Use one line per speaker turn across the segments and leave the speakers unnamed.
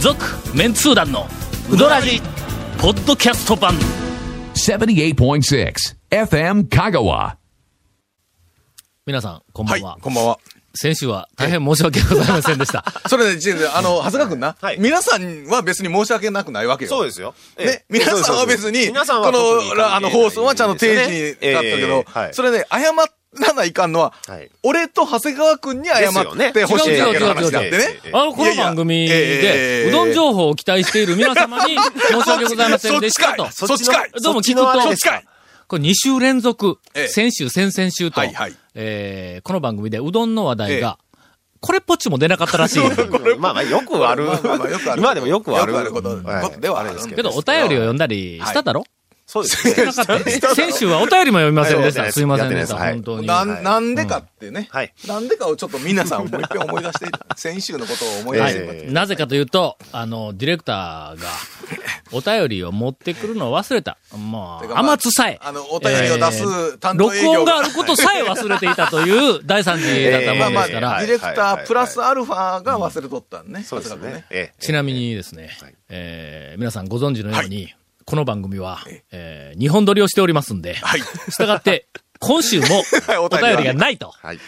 続メンツー団のウドラジポッドキャスト版
78.6 FM Kagawa.
皆さんこんば
は
ん
い、
は、
こんばんは。
先週は大変申し訳ございませんでした
それで、ちょっとあの、長谷川くんな、
はい
皆さんは別に申し訳なくないわけよ。
そうですよ。
ね、皆さんは別に、
皆さん
こ
は特に関係ない
の、あの、放送はちゃんと定時にだったけど、
ええはい
それね、謝らないかんのは、
はい
俺と長谷川くんに謝ってほしいだけの話であって
ですよね
ね
違う違う違う違う。
あのこの番組でうどん情報を期待している皆様に申し訳ございませんでしたと
そっちかい
どうも聞く
そっちのあれ
と
ですか
これ2週連続、
ええ
先週、先々週と、
はいはい
えーこの番組でうどんの話題が、これっぽっちも出なかったらしい んですよ
まあまあ、よくある。
まあまあまあよくある
今でもよくある。
よくあることことではあるんですけ
けど、お便りを読んだりしただろ、
そうですね。
なかったね先週はお便りも読みませんでした。
はい
すいませんでし
やって
た。
ないです
本当に。
な
はい
んなんでかってね、
はい
なんでかをちょっと皆さんもう一回思い出して、先週のことを思い出
は
して、
え
い。なぜかというと、あの、ディレクターが、お便りを持ってくるのを忘れた。も
て
う、
かまあ
天津さえ。
あの、お便りを出す担当
録
営業
音があることさえ忘れていたという大惨事だった
ま
も
あ
ん
ま
ですか
あ、ディ
ら、
はい
レクタープラスアルファが忘れとったんね。
そうですね。ええ
ちなみにですね、えー皆さんご存知のように、この番組は、えー日本撮りをしておりますんで、
はい。
したがって、今週もお
お便りは
便りがないと。
はい。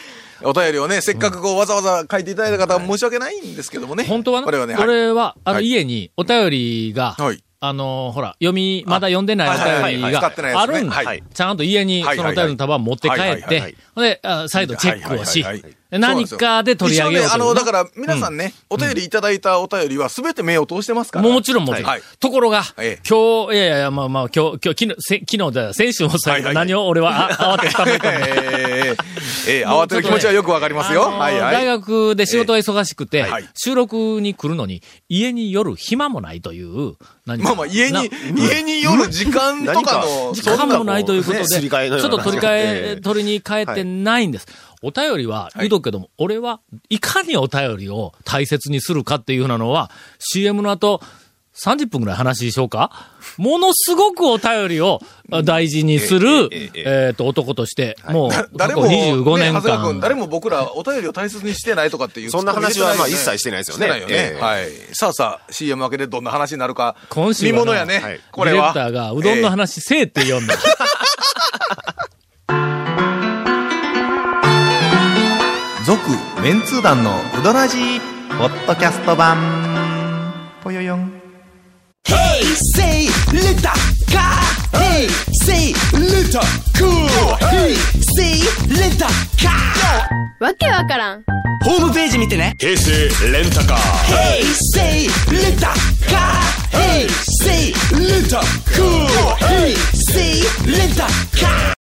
お便りをね、せっかくこうわざわざ書いていただいた方は申し訳ないんですけどもね。
本当はな
これはね、
こ
はい
れは、あの、
はい
家にお便りが、
はい
あの、ほら、読み、まだ読んでない
あはい
お
はい
便
は
り
い使ってない
が
や
あ
つね
るんだ
はい
ちゃんと家に
は
そ
い
のお便りの束を持って帰
はい
っ
はいは
て
い、
ほんで、あ再度チェックをし
はいはいはい、
で何かで取り上げよう
一応ね、あ
とい
の、
う
だから皆さんね、お便りいただいたお便りは全て目を通してますから。
もちろんもちろん。
はい。
ところが、
ええ
今日、いやいやいや、まあまあ、今日、今日、昨日せ、昨日じゃない先週も最
はいは
後、
い
何を俺はあ慌てためたんだ。
えー、えー、慌てる気持ちはよくわかりますよ。
あの
はいは
大
い。
学で仕事が忙しくて、
はい
収録に来るのに、家に夜暇もないという、何か
まあまあ、家
な
に、家に夜時間とかの、
時間もないということで、
ね
ち
すり替えの
ょっ
ような
と取り替え、
ええ
取りに変えてないんです。お便りは言うとくけども、俺はいかにお便りを大切にするかっていうふうなのは、CM の後、30分ぐらい話ししようかものすごくお便りをあ大事にする、
えええええ
えっと、男として、もう、過
誰
去
も、
25
ね
年
長谷川君、誰
間。
も僕らお便りを大切にしてないとかっていう。
そんな話はまあ一切してないですよね
してないよね。
ええ
はい。さあさあ、CM 明けでどんな話になるか。
今週はな
見物や
は
ね
い。
こ
ディ
れ
レ
は。
クターがうどんの
え
話せえって読んだ。
え。続、メンツー団のうどらじ
ポッドキャスト版ぽよよん
Hey, say, little car. Hey, say, little cool. Hey, say, little car.
わけわからん
ホームページ見てね。平成レンタカー。Hey, say, little car. Hey, say, little cool. Hey, say, little car.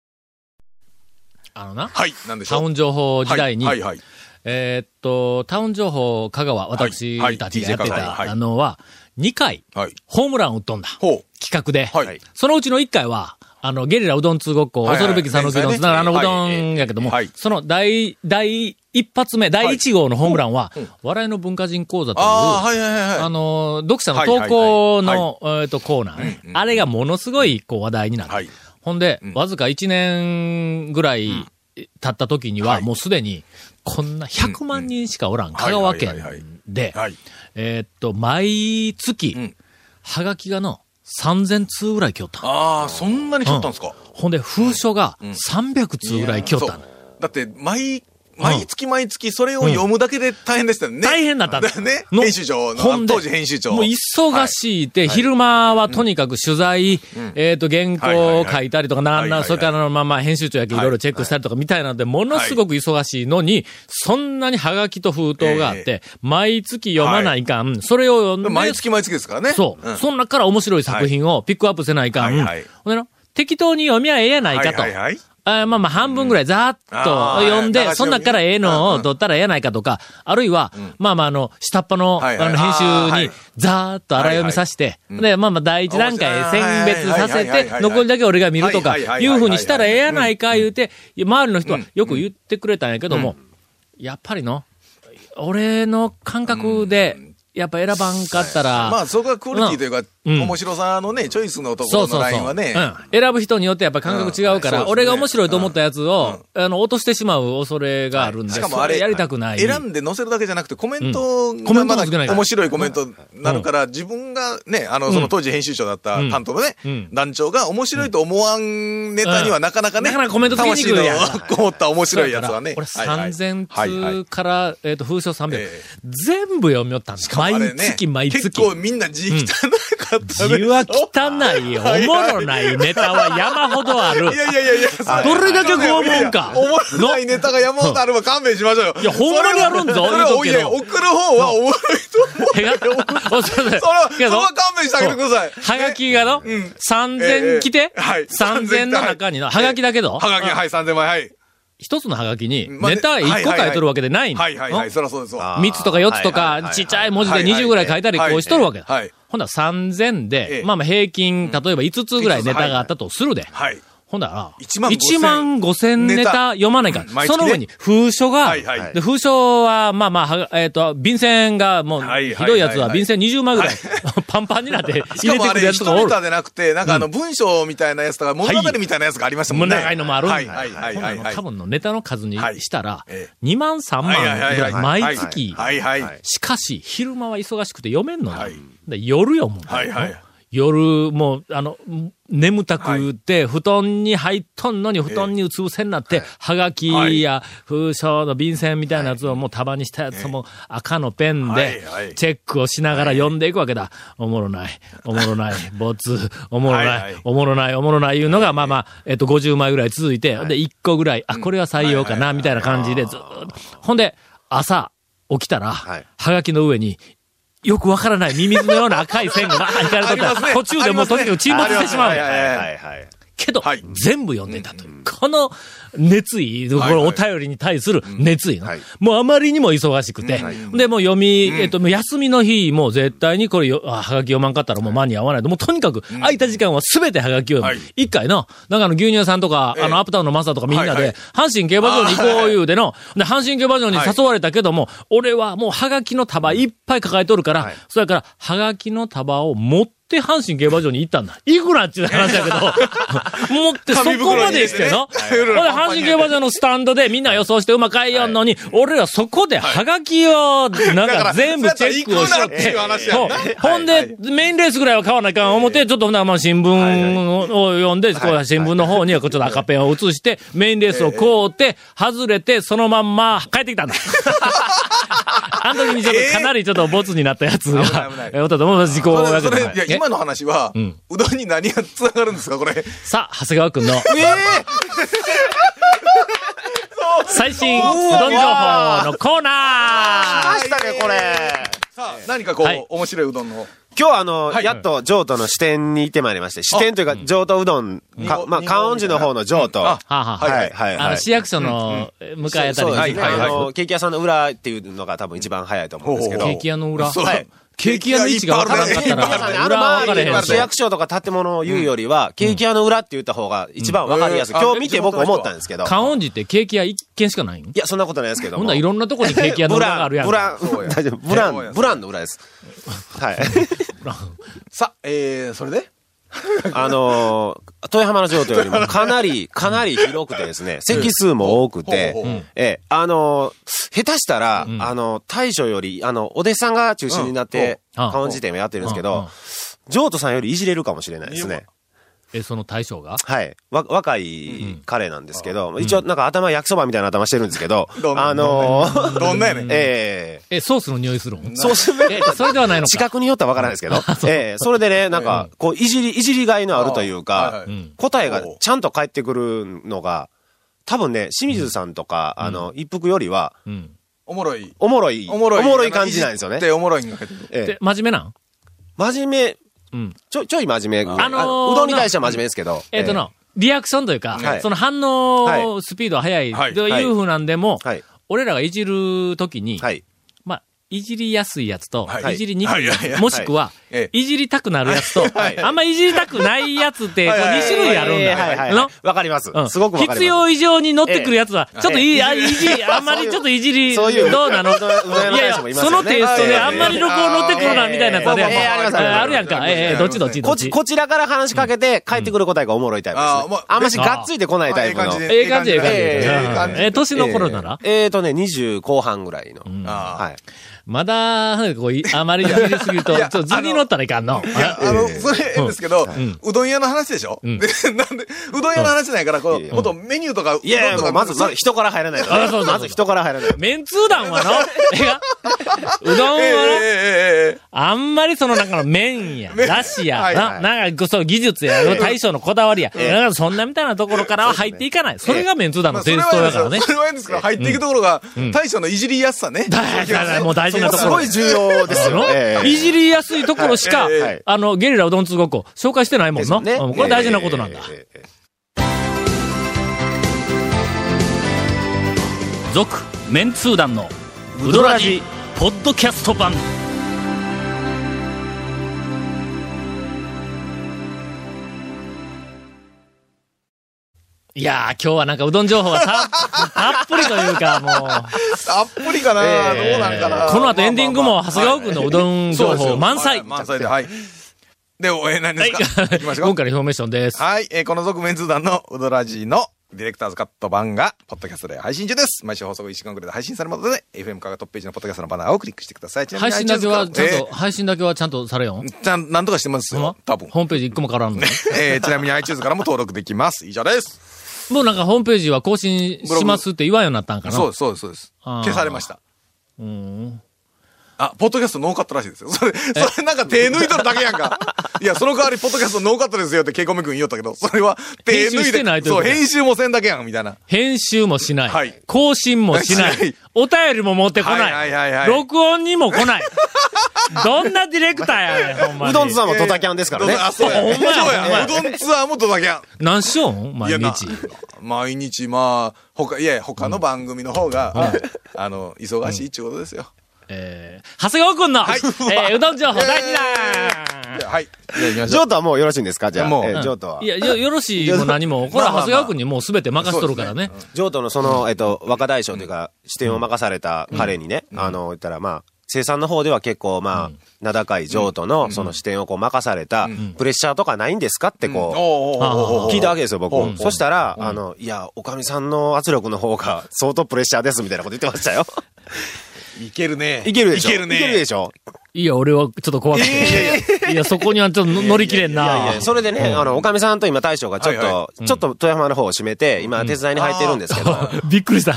あのな、
はい。なんでし
タ
ょう。
ウン情報時代に、
はいはいはい。
えーっと、タウン情報香川、私
はい
たちがやって
TJ 香川はい
たのは、2回、
はい
ホームランを打っとんだ。
ほう。
企画で、
はい
そのうちの1回は、あの、ゲリラうどん通ごっこ、
はいはい
恐るべき讃岐うどんつながるあのうどんやけども、
はい
その第、第一発目、第一号のホームランは、笑いの文化人講座という、
ああ、はいはいはい。
あの、読者の
はいはい
投
はい
稿の、えっと、コーナーね、あれがものすごい、こう、話題になった。
はい
ほんで、わずか1年ぐらい経った時には、もうすでに、こんな100万人しかおらん、香川
はいはいはいはい
県で
はい、
えーっと、毎月、
ん
はがきがの、3000通ぐらい来よったん。
ああ、そんなに来とったんですか。
ほんで、封書が300通ぐらい来よったん
そうだって、毎、毎月毎月それを読むだけで大変でしたよね。
大変だったんだ
だよ ね。
の
編集長の、
ほ
あ
ん
の
で
当時編集長。
もう忙しいって、昼間はとにかく取材、えっと、原稿を書いたりとか、なん
はいはい
な
は
ん、
い
それからのまあまあ編集長やけいろいろチェックしたりとかみたいなので、ものすごく忙しいのに、そんなにハガキと封筒があって、毎月読まないかん、それを読ん
毎
で、
月毎月ですからね。
そう、
ん
その中から面白い作品をピックアップせないかん、
はいはい
ほんでな適当に読みゃええやないかと。
はいはいはい
あーまあまあ半分ぐらいざーっと
うん
読ん
あー
で、
はい
その中からええの
う
を取ったらええやないかとか、あるいは、まあまああの、下っ端の、
はいはい
あの
あーは
編集に
い
ざーっと荒読みさせて、で、まあまあ第一段階
面白い
選別させ
はいはいはいはい
て
は、い
残りだけ俺が見るとか、
はいいはいはいは
う
い
ふうにしたらええやないか言うて、周りの人はよく言ってくれたんやけども、やっぱりの、俺の感覚で、やっぱ選ばんかったら、
まあそこがクオリティというか、
うん
面白さのね、チョイスのとこ
そ
ろ
うそ
の
う
ラ
そ
イ
う。
ンはね、
うん。選ぶ人によってやっぱ感覚違うから、
はいはい
俺が面白いと思ったやつを、あの、落としてしまう恐れがあるんで、
しかもあれ、
そやりたくない。
選んで載せるだけじゃなくて、コメン
コ
ト
メン
が
ト
ま
も
だ
少ないから
面白いコメントになるから、自分がね、あの、その当時編集長だった
うん
担当のね
うん、
団長が面白いと思わんネタにはなかなかね、
なかなかコメントつけにくい
魂
やん
のこもった面白いやつはね。
俺
はいはいはいはい
3000通から、えっと、風書300
ええ。
全部読みよったんです。毎
あれね
月毎
結
月。
構みんな字汚かったね
字は汚い、お
はい
もろないネタ は山ほどある
い。やいやいやいや、
はい
どれだけ拷問か
いやいや。おもろないネタが山ほどあれば勘弁しましょうよ。
いやほんまにあるんぞ
それ
言う
は
とく
おい
けど
や、送る方はおもろいと思う。
手が、おそうそう
それは、そ
け
れ
ど
は勘弁してあげてください。
はがきがの、
んえ
3000
え
来て、
はい
3000の中にの、はがきだけど、
はがき、はい、3000枚、はい。
一つのハガキに、
まあ
ネタ1個書いとるわけでないんだ
はいはいはい、そりゃそうですわ。
3つとか4つと
はいはいはい
か
は、い
ちっちゃい文字で
はいはいはい
20ぐらい書いたり、こうしとるわけだ。
はいはい
ほんなら3000
え
で、
え
まあまあ平均、例えば5つぐらいネタがあったとするで。
はい。
ほんなら、
1万5000
1万5000ネ
ネタ
タ読まないか
うん
ら。
毎
そ
月ね
の上に、封書が、
はいはい
で封書は、まあまあは、えっ、と、便箋がもう、
はいはい
ひどいやつは
はい
便箋20枚ぐらい、パンパンになって
し
入れてく
かもあ
る
れ、
や
一
つがお
人
る。
でなくて、なんかあの、文章みたいなやつとか、物語みたいなやつがありましたもんね。
長いのもあるんだ
はいはいはい
ほんな
は
ら
い
もう
はい。
多分のネタの数にしたら
ええ、
2万3万
は
ぐ
いはいはい
ら
はいい。
毎月、
はいはい。はい
しかし、昼間は忙しくて読めんのよ。
はい
で夜読むのよ、
はいはい
夜、もう、あの、眠たくて、布団に入っとんのに、布団にうつ伏せになって、はがきや風書の便箋みたいなやつをもう束にしたやつも赤のペンで
はいはい、
チェックをしながら読んでいくわけだ。おもろない、おもろ ない、没、おもろ
は
ないい
はい、
おもろない、おもろないいうのが、まあまあ、えっと、50枚ぐらい続いて、で、1個ぐらい、あ、これは採用かな、みたいな感じでずーっと。ほんで、朝、起きたら、
はい
はがきの上に、よくわからないミミズのような赤い線が バーン引かれとっ
あり
た
ます
ら、
ね
途中でもうとにかく沈没してしま
あります
う。
ね
はいはいはい。
けど
はい、
全部読んでいたという。この熱意、こ
はい
のお便りに対する熱意の
はい。
もうあまりにも忙しくて。で、もう読み、えっと、もう休みの日、もう絶対にこれよ、あはがき読まんかったらもう間に合わないと。もうとにかく、空いた時間は全てはがきを読む
はい。
一回の、なんかあの牛乳屋さんとか、
え
あのアップタウンのマサとかみんな
はいは
で
い、
阪神競馬場に行こう言うでの、で、阪神競馬場に誘われたけども、俺はもうはがきの束いっぱい抱えとるから、それから、はがきの束を持って阪神競馬場に行ったんだ。いくらっちゅう話だけ ど、持ってそこまでしての。
紙袋に入れてね
ほんで、阪神競馬場のスタンドでみんな予想して馬買いよんのに、俺らそこではがきを、なん
だか
から全部チェックをしとっ
そ
て
うやったら行くなっていう話やんな
そうほんで、メインレースぐらいは買わなきゃ思って、ちょっとほんならまあ新聞を読んで、こう新聞の方にはこうちょっと赤ペンを移して、メインレースをこうって、外れて、そのまんま帰ってきたん だ。あの時にちょっとかなりちょっとボツになったやつが、
危ない危
おったと思う事故
そ
やけ
れ、そ
ど
れ、いや、今の話は、
ん
うどんに何が繋がるんですか、こ れ。
さあ、長谷川くんの 最新うどん情報のコーナー
ましたね、これ。
さあ、何かこ、
はいう
面白いうどんの。
今日はあの、
はい
やっと上都の支店に行ってまいりまして、支店というか上都うどん、か
うん
まあ、
日本
観音寺の方の上都。
あ
はあはあ
はいはいはい。
あの、市役所の向かいあた
そう
り
ですね。
はいはい
あの、ケーキ屋さんの裏っていうのが多分一番早いと思うんですけど。
ケーキ屋の裏。
そう
はい
ケーキ屋の位置がわからんかった
いっぱいあるね
ら、
あ
裏
の
は分か
周
れ
り
へん
の
し
市。役所とか建物を言うよりは、ケーキ屋の裏って言った方が一番わかりやすい。
うん
今日見て僕思ったんですけど。
観音寺ってケーキ屋一軒しかないん
いや、そんなことないですけども。
ほんならいろんなとこにケーキ屋の裏があるやん。
ブラン、
そう
ブラ
や
ン、大丈夫。ブラ
そうや
ン、ブランの裏です。はい。
さあ、えー、それ で
あのー、豊浜の城というよりもかなり、かなり広くてですね、席数も多くて
ほうほうほう、
ええ、あのー、下手したら、
ん
あの、大将より、あの、お弟子さんが中心になって、
うんうん
観音寺店をやってるんですけ
うんうん
ど、城都さんよりいじれるかもしれないですね。
え、その大将が
はい。わ、若い彼なんですけど、一応なんか頭焼きそばみたいな頭してるんですけど、
どんな
あのー、
どんなやねん。
ええ
え、ソースの匂いするん
そうする
え、それではないの
近
か。、
くによってはわからないですけど、ええそれでね、なんか、こう、いじり、いじりがいのあるとい
あー
う
はい
か
はいうん
答えがちゃんと返ってくるのが、多分ね、清水さんとか、あの、一服よりは、
うん。
おもろい。
おもろい、
おもろい。
感じなんですよね
いじっ。ておもろいにかけてくる
え
で
え、
真面目なん
真面
う
目
ん、
ちょ、ちょい真面目。
あのー
あうどんに対しては真面目ですけど。
えっとの、リアクションというか
は、い
その反
は
応スピードは速い
はい
というふうなんでも
はい、
俺らがいじるときに、
ええ。はい。
まあ、いじりやすいやつと、
はい
い、じりにくいや
はいはい
つ、
はい
もしくは、
え
いじりたくなるやつと、
はい
あんまいじりたくないやつって、こう
はいはい
2種類あるんだ。
はいはい
の
はい。わかります
う。ん
すごくわかります。
必要以上に乗ってくるやつは、ちょっといい、あ、いじ り、あんまりちょっといじり、ど
そういう
うなの
うどんうどん屋の
いやい
会
や
社もい、ます
そ
よね
のテイストであんまり録音乗ってくるな、みたいなやつあるやん
ええありますあります
か。あるやんか。ええ、どっちどっちど
こ
っち
ち、。こちらから話しかけて、帰ってくる答えがおもろいタイプです、ね
あーまあ
あんましがっついてこないタイプの。
ええ感じ、ええ感じ。ええ
感
ええ年の頃なら
えー、えーとね、20後半ぐらいの。
あ
はい。
まだ、こういあまりいじりすぎると、
い
ちょ
や
っと図に乗ったらいかんの。
ーいや、あの、それ、ええんですけど、うどん屋の話でしょで、なんで、うどん屋の話じゃないから、こ、
いうや
もっとメニューとか、うどん
いやいや、
と
も
か、
うまず、まず人から入らないと。
あそうそうそう
まず人から入らないと。
メンツー団はの、えが うどん
えええ
はの、
えええ
あんまりそのなんかの麺や、だしや、
はい
な、なんかそう技術や、大将のこだわりや、なんかそんなみたいなところからは入っていかない。それがメンツー団
ま
の
あ、それ
テイ
は
ストだからね。
それはいいんですけど、入っていくところが、大将のいじりやすさね。
だだだもう大事なとこ
す
ろ
ご。い重要ですよ。え
の
え
いじりやすいところしか
はいえ
え、
あの、ゲリラうどん通ごっこ紹介してないもん
ですよ
な。
ね
うんこれ大事なことなんだ。
ええ
続、メンツー団の、ウドラジ、ポッドキャスト版。いやー、今日はなんかうどん情報が たたっぷりというか、もう。
たっぷりかな、どうなんかな。
この後エンディング
ま
も、
あまあ
長谷川君のうどん情報満載。
はい満載で、はい。で、おえ、何ですか、行きましょ
今
うか。
回の表明書です。
はい、えーこの続面通談のうどらじのディレクターズカット版が、ポッドキャストで配信中です。毎週放送1時間くらいで配信されますので、FM カがトップページのポッドキャストのバナーをクリックしてください。ちなみ
配
に
信だけは、ちゃん
iTunes
と、配信だけはちゃんとされよん
え。ーちゃん、なんとかしてます
ほんま
よ、多分。
ホームページ一個も変わらんの。
えーちなみに iTunes からも登録できます。以上です。
もうなんかホームページは更新しますって言わんようになったんかな。
そうです、そうです、そうです。
あー
消されました。
うん
あ、ポッドキャストノーカットらしいですよ。それ、それなんか手抜いとるだけやん か。いや、その代わりポッドキャストノーカットですよってケイコメ君言おったけど、それは手
編集
抜
し
い
てない
て、
というこ
そう、
と
編集もせんだけやん、みたいな。
編集もしない。
はい
更新もしない。
しない
お便りも持ってこない。
はいはいはいはい
録音にも来ない。どんなディレクターやねん、ほんまに。
うどんつさんもドタキャンですからね
どう。ぞあ、そうや。
ほんまや
そ
ほ
う
んまや
や。うどんツアーもドタキャン。
何しよん
い
毎
やな
日。
毎日、まあ、他、いやいや、他の番組の方が、あの、忙しいってことですよ。
えー、長谷川くんの、えーうどん情報第2弾
いやはい。じゃあ行きまし
ジ
ょ
ョ
う。
ートはもうよろしいんですかじゃあ。
もう
ええジョートは。
いや、よ、よろしいも何も、これは長谷川くんにもう全て任しとるからね。
ジョートのその、えっと、若大将というか、視点を任された彼にね、あの、言ったらまあ、生産の方では結構まあ、名高い譲渡のその視点をこう任された、プレッシャーとかないんですかってこ
おうおうおうおうおう
う、聞いたわけです
う
よ、
ん
僕。そしたら、あの、いや、おかみさんの圧力の方が相当プレッシャーですみたいなこと言ってまし たよ。
いけるね。
いけるでしょ
いけるね。
いけるでしょ
いや、俺はちょっと怖くて。いや、そこにはちょっと乗り切れん
いやい
な
や、。それでね、あの、おかみさんと今大将がちょっ
はい
と、ちょっと富山の方を閉めて、今手伝いに入ってるんですけど、
びっくりした。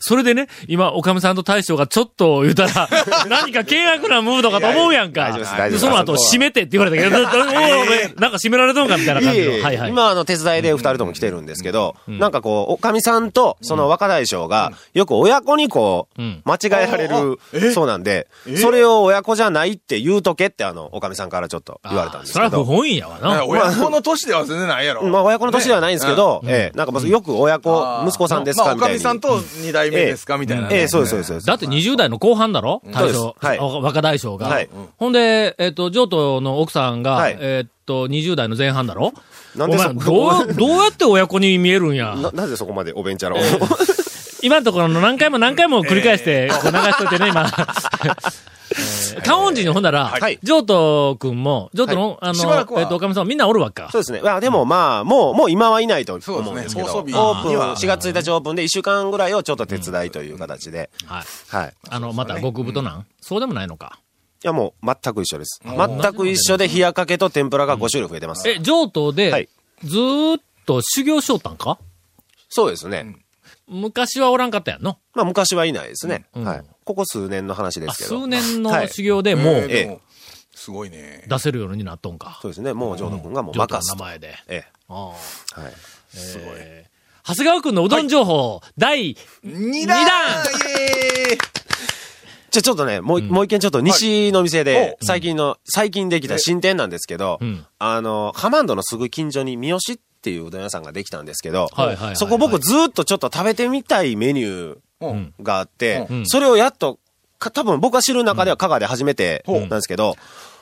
それでね、今、おかみさんと大将がちょっと言うた ら、何か険悪なムードかと思うやんか。
大丈夫です大丈夫です
その後、閉めてって言われたけど、だだおおお前なんか閉められとんかみたいな感じの。
いえいえ
はいはい。
今、あの、手伝いで二人とも来てるんですけど、なんかこう、おかみさんと、その若大将が、よく親子にこう
うん、
間違えられる、そうなんで、それを親子じゃないって言うとけって、あの、おかみさんからちょっと言われたんです
そり
け
ゃ不
ど。
本意やわ
いや
な。
親子の年では全然ないやろ。
まあ、親子の年ではないんですけど、ええ、なんかまずよく親子、息子さんです
ま
か
あ、お
み
か
たい
みさん
に。
と二代目ですかみたいなね。
ええ、そうです、そうですそうです。
だって20代の後半だろ大将
そう、ですはい
あ若大将が。
はい
ほんで、えっ、と、上都の奥さんが、
はい
えっと、20代の前半だろ
なんでそ
お前どう、どうやって親子に見えるんや。
な、なぜそこまでおべんちゃらを。
今のところの何回も何回も繰り返して、こう流しといてね、 今。観音寺にほんだら
はい、
譲渡君も、譲渡の、あ
しばらく
の、
は
えっと、おかみさんもみんなおるわっか
そ。うですね。まあ、でもまあ、もう、もう今はいないと思
そう
うん
で
ですす
ね
けど。
放送
オ
日
ープン、
には
4月1日オープンで1週間ぐらいをちょっと手伝いという形で。
はい。
はい。
あの、また極太なんそうでもないのか。
いや、もう、全く一緒です。全く一緒で、冷やかけと天ぷらが5種類増えてます。
え、譲渡
は
で
い、
ずーっと修行しとったんか
そうですね。
昔はおらんかったやんの。
まあ、昔はいないですね。
うん
はい。ここ数年の話で
あ
すけど。
数年の
はい
修行でも
ええ
う
ええ
でもすごいね。
出せるようになっとんか
そ。うですね。もう、ジョード君がもう
譲渡の
任
名
すと。
前で。
え
あ
え。はい。
あ。すごい。長谷川君のうどん情報、第
二
段
イエーイ
じゃあちょっとね、もう、もう一件ちょっと西の店
はいおう
で、最近の、最近できた新店なんですけど
うん、
あの、ハマンドのすぐ近所に三好っていううどん屋さんができたんですけど
はいはいはいはい、
そこ僕ずっとちょっと食べてみたいメニュー
うん
ん
があって
うん、
それをやっとか多分僕が知る中では香川で初めてなんですけど、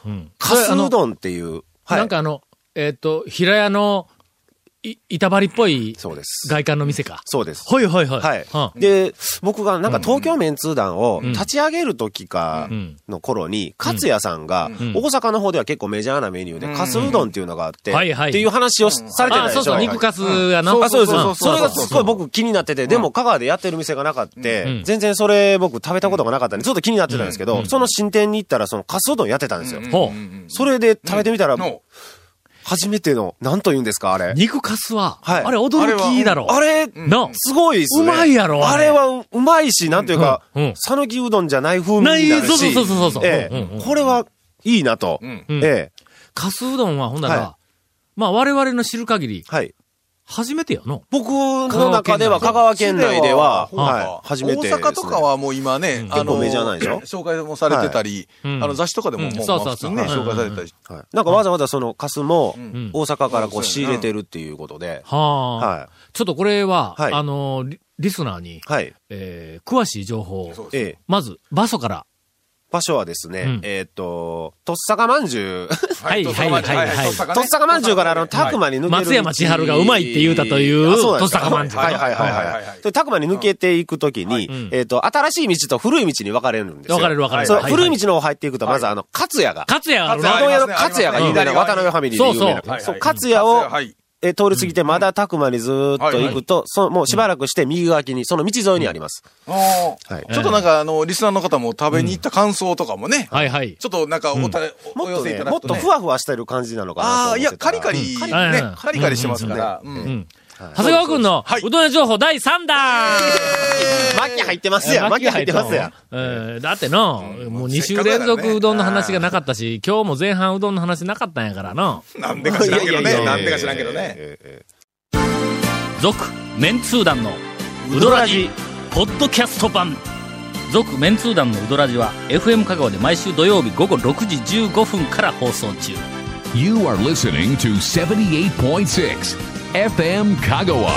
うん。
かす
それあの
うどんっていう、はい。
なんかあの、えっ、と、平屋の、い、板張りっぽい
そうです。
外観の店か。
そうです。
はいはいはい。
はい
は。
で、僕がなんか東京メンツー団を立ち上げる時か
うん
の頃に、勝也さんが
ん
大阪の方では結構メジャーなメニューで、かすうどんっていうのがあって、
はいはい
っていう話をされて
あ
た
あ、
で
そう
しょ。
そう、肉かすやな。
あそうですそうです。それが
そう
すごい僕気になってて、でも香川でやってる店がなかった、
ん
全然それ僕食べたことがなかったんで、ちょっと気になってたんですけど、その新店に行ったら、そのカスうどんやってたんですよ。
ほう。
それで食べてみたら、
の、
初めての、なんと言うんですか、あれ。
肉かすは、
はい
あれ驚きだろ。
あれ、
なあ
すごいっすね。
うまいやろあ
あ
れ
れはううまいし、なんというか
うんうん、
讃岐うどんじゃない風味になるし。
ないそうそうそうそうそう
ええ
うんうんうん
これはいいなと。
ん
うん
ええ
かすうどんはほんなら、
は
まあ我々の知る限り、
はい。
初めてやの。
僕の中では香
香
川県内では、
そうか
はい、初めてです
大
ね。
阪とかはもう今ね、あの、
構メジャーなんでしょ
紹介もされてたり、あ
うん
の、雑誌とかでも
うん
もう、ま
そう
あ
そうそ
普通
う
にね、
うん
紹介されてたり。
はいなんかわざわざそのカスも
ん
大阪からこ
うん
う仕入れてるっていうことで、
はあ、
は
ちょっとこれは、
はい
あのリ、リスナーに、
い。はい。
えー詳しい情報
そう
を、
です
ええ。
まず、場所から。
場所はですね、
うん
えーっ、と、とっさかまんじゅう。
はいはいはいはいはい
とっさかまんじゅうからあの、たくまに抜ける道。
松山千春がうまいって言うたという
あそなんです
とっさかまんじゅう
はいはいはい
はい
は
はい
い
は
はいい。でたくまに抜けていくときに、
うん
えっ、と、新しい道と古い道に分かれるんですよ。
分かれる分かれる
そう
はいはい
古い道の方入っていくと、まずあの、勝也が。
勝也がある
勝
な
也
うどん屋の勝也が有名な、
うん
渡辺ファミリーで有名な。
そう
そう勝也を、
はい。
えー通り過ぎて、まだたくまにずーっと行くと、そもうしばらくして右側に、その道沿いにあります。
あ
はい
ーちょっとなんか、あの、リスナーの方も食べに行った感想とかもね、
はいはい。
ちょっとなんかおた、おお
もっ
寄
と
せい
ね、
ただ
もっ
くと
と
ね。
ふわふわしてる感じなのかなと
あ
思っ
あ、い
てた
や、カリカリ、
うん
ね、
はいはい
カリカリしてますから。うん
うん。長谷川くんの
はいう
どん屋情報第3弾
巻き入ってますやん。巻き入ってますやん。
えーだっての、もう2週連
せっかくだから
続
ね
うどんの話がなかったし、今日も前半うどんの話なかったんやからの。
なんでか知らんけど
いやいや
ね。
いや
なんでか知らんけどね。
続メンツー団のウドラジポッドキャスト版続メンツー団のウドラジは FM 香川で毎週土曜日午後6時15分から放送中
You are listening to 78.6 FM Kagawa.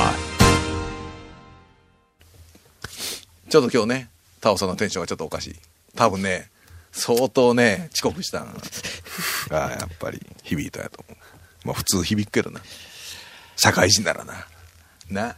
ちょっと今日ね、タオさんのテンションがちょっとおかしい。多分ね、相当ね、遅刻したんが、やっぱり響いたやと思う。まあ普通響くけどな。社会人ならな。な。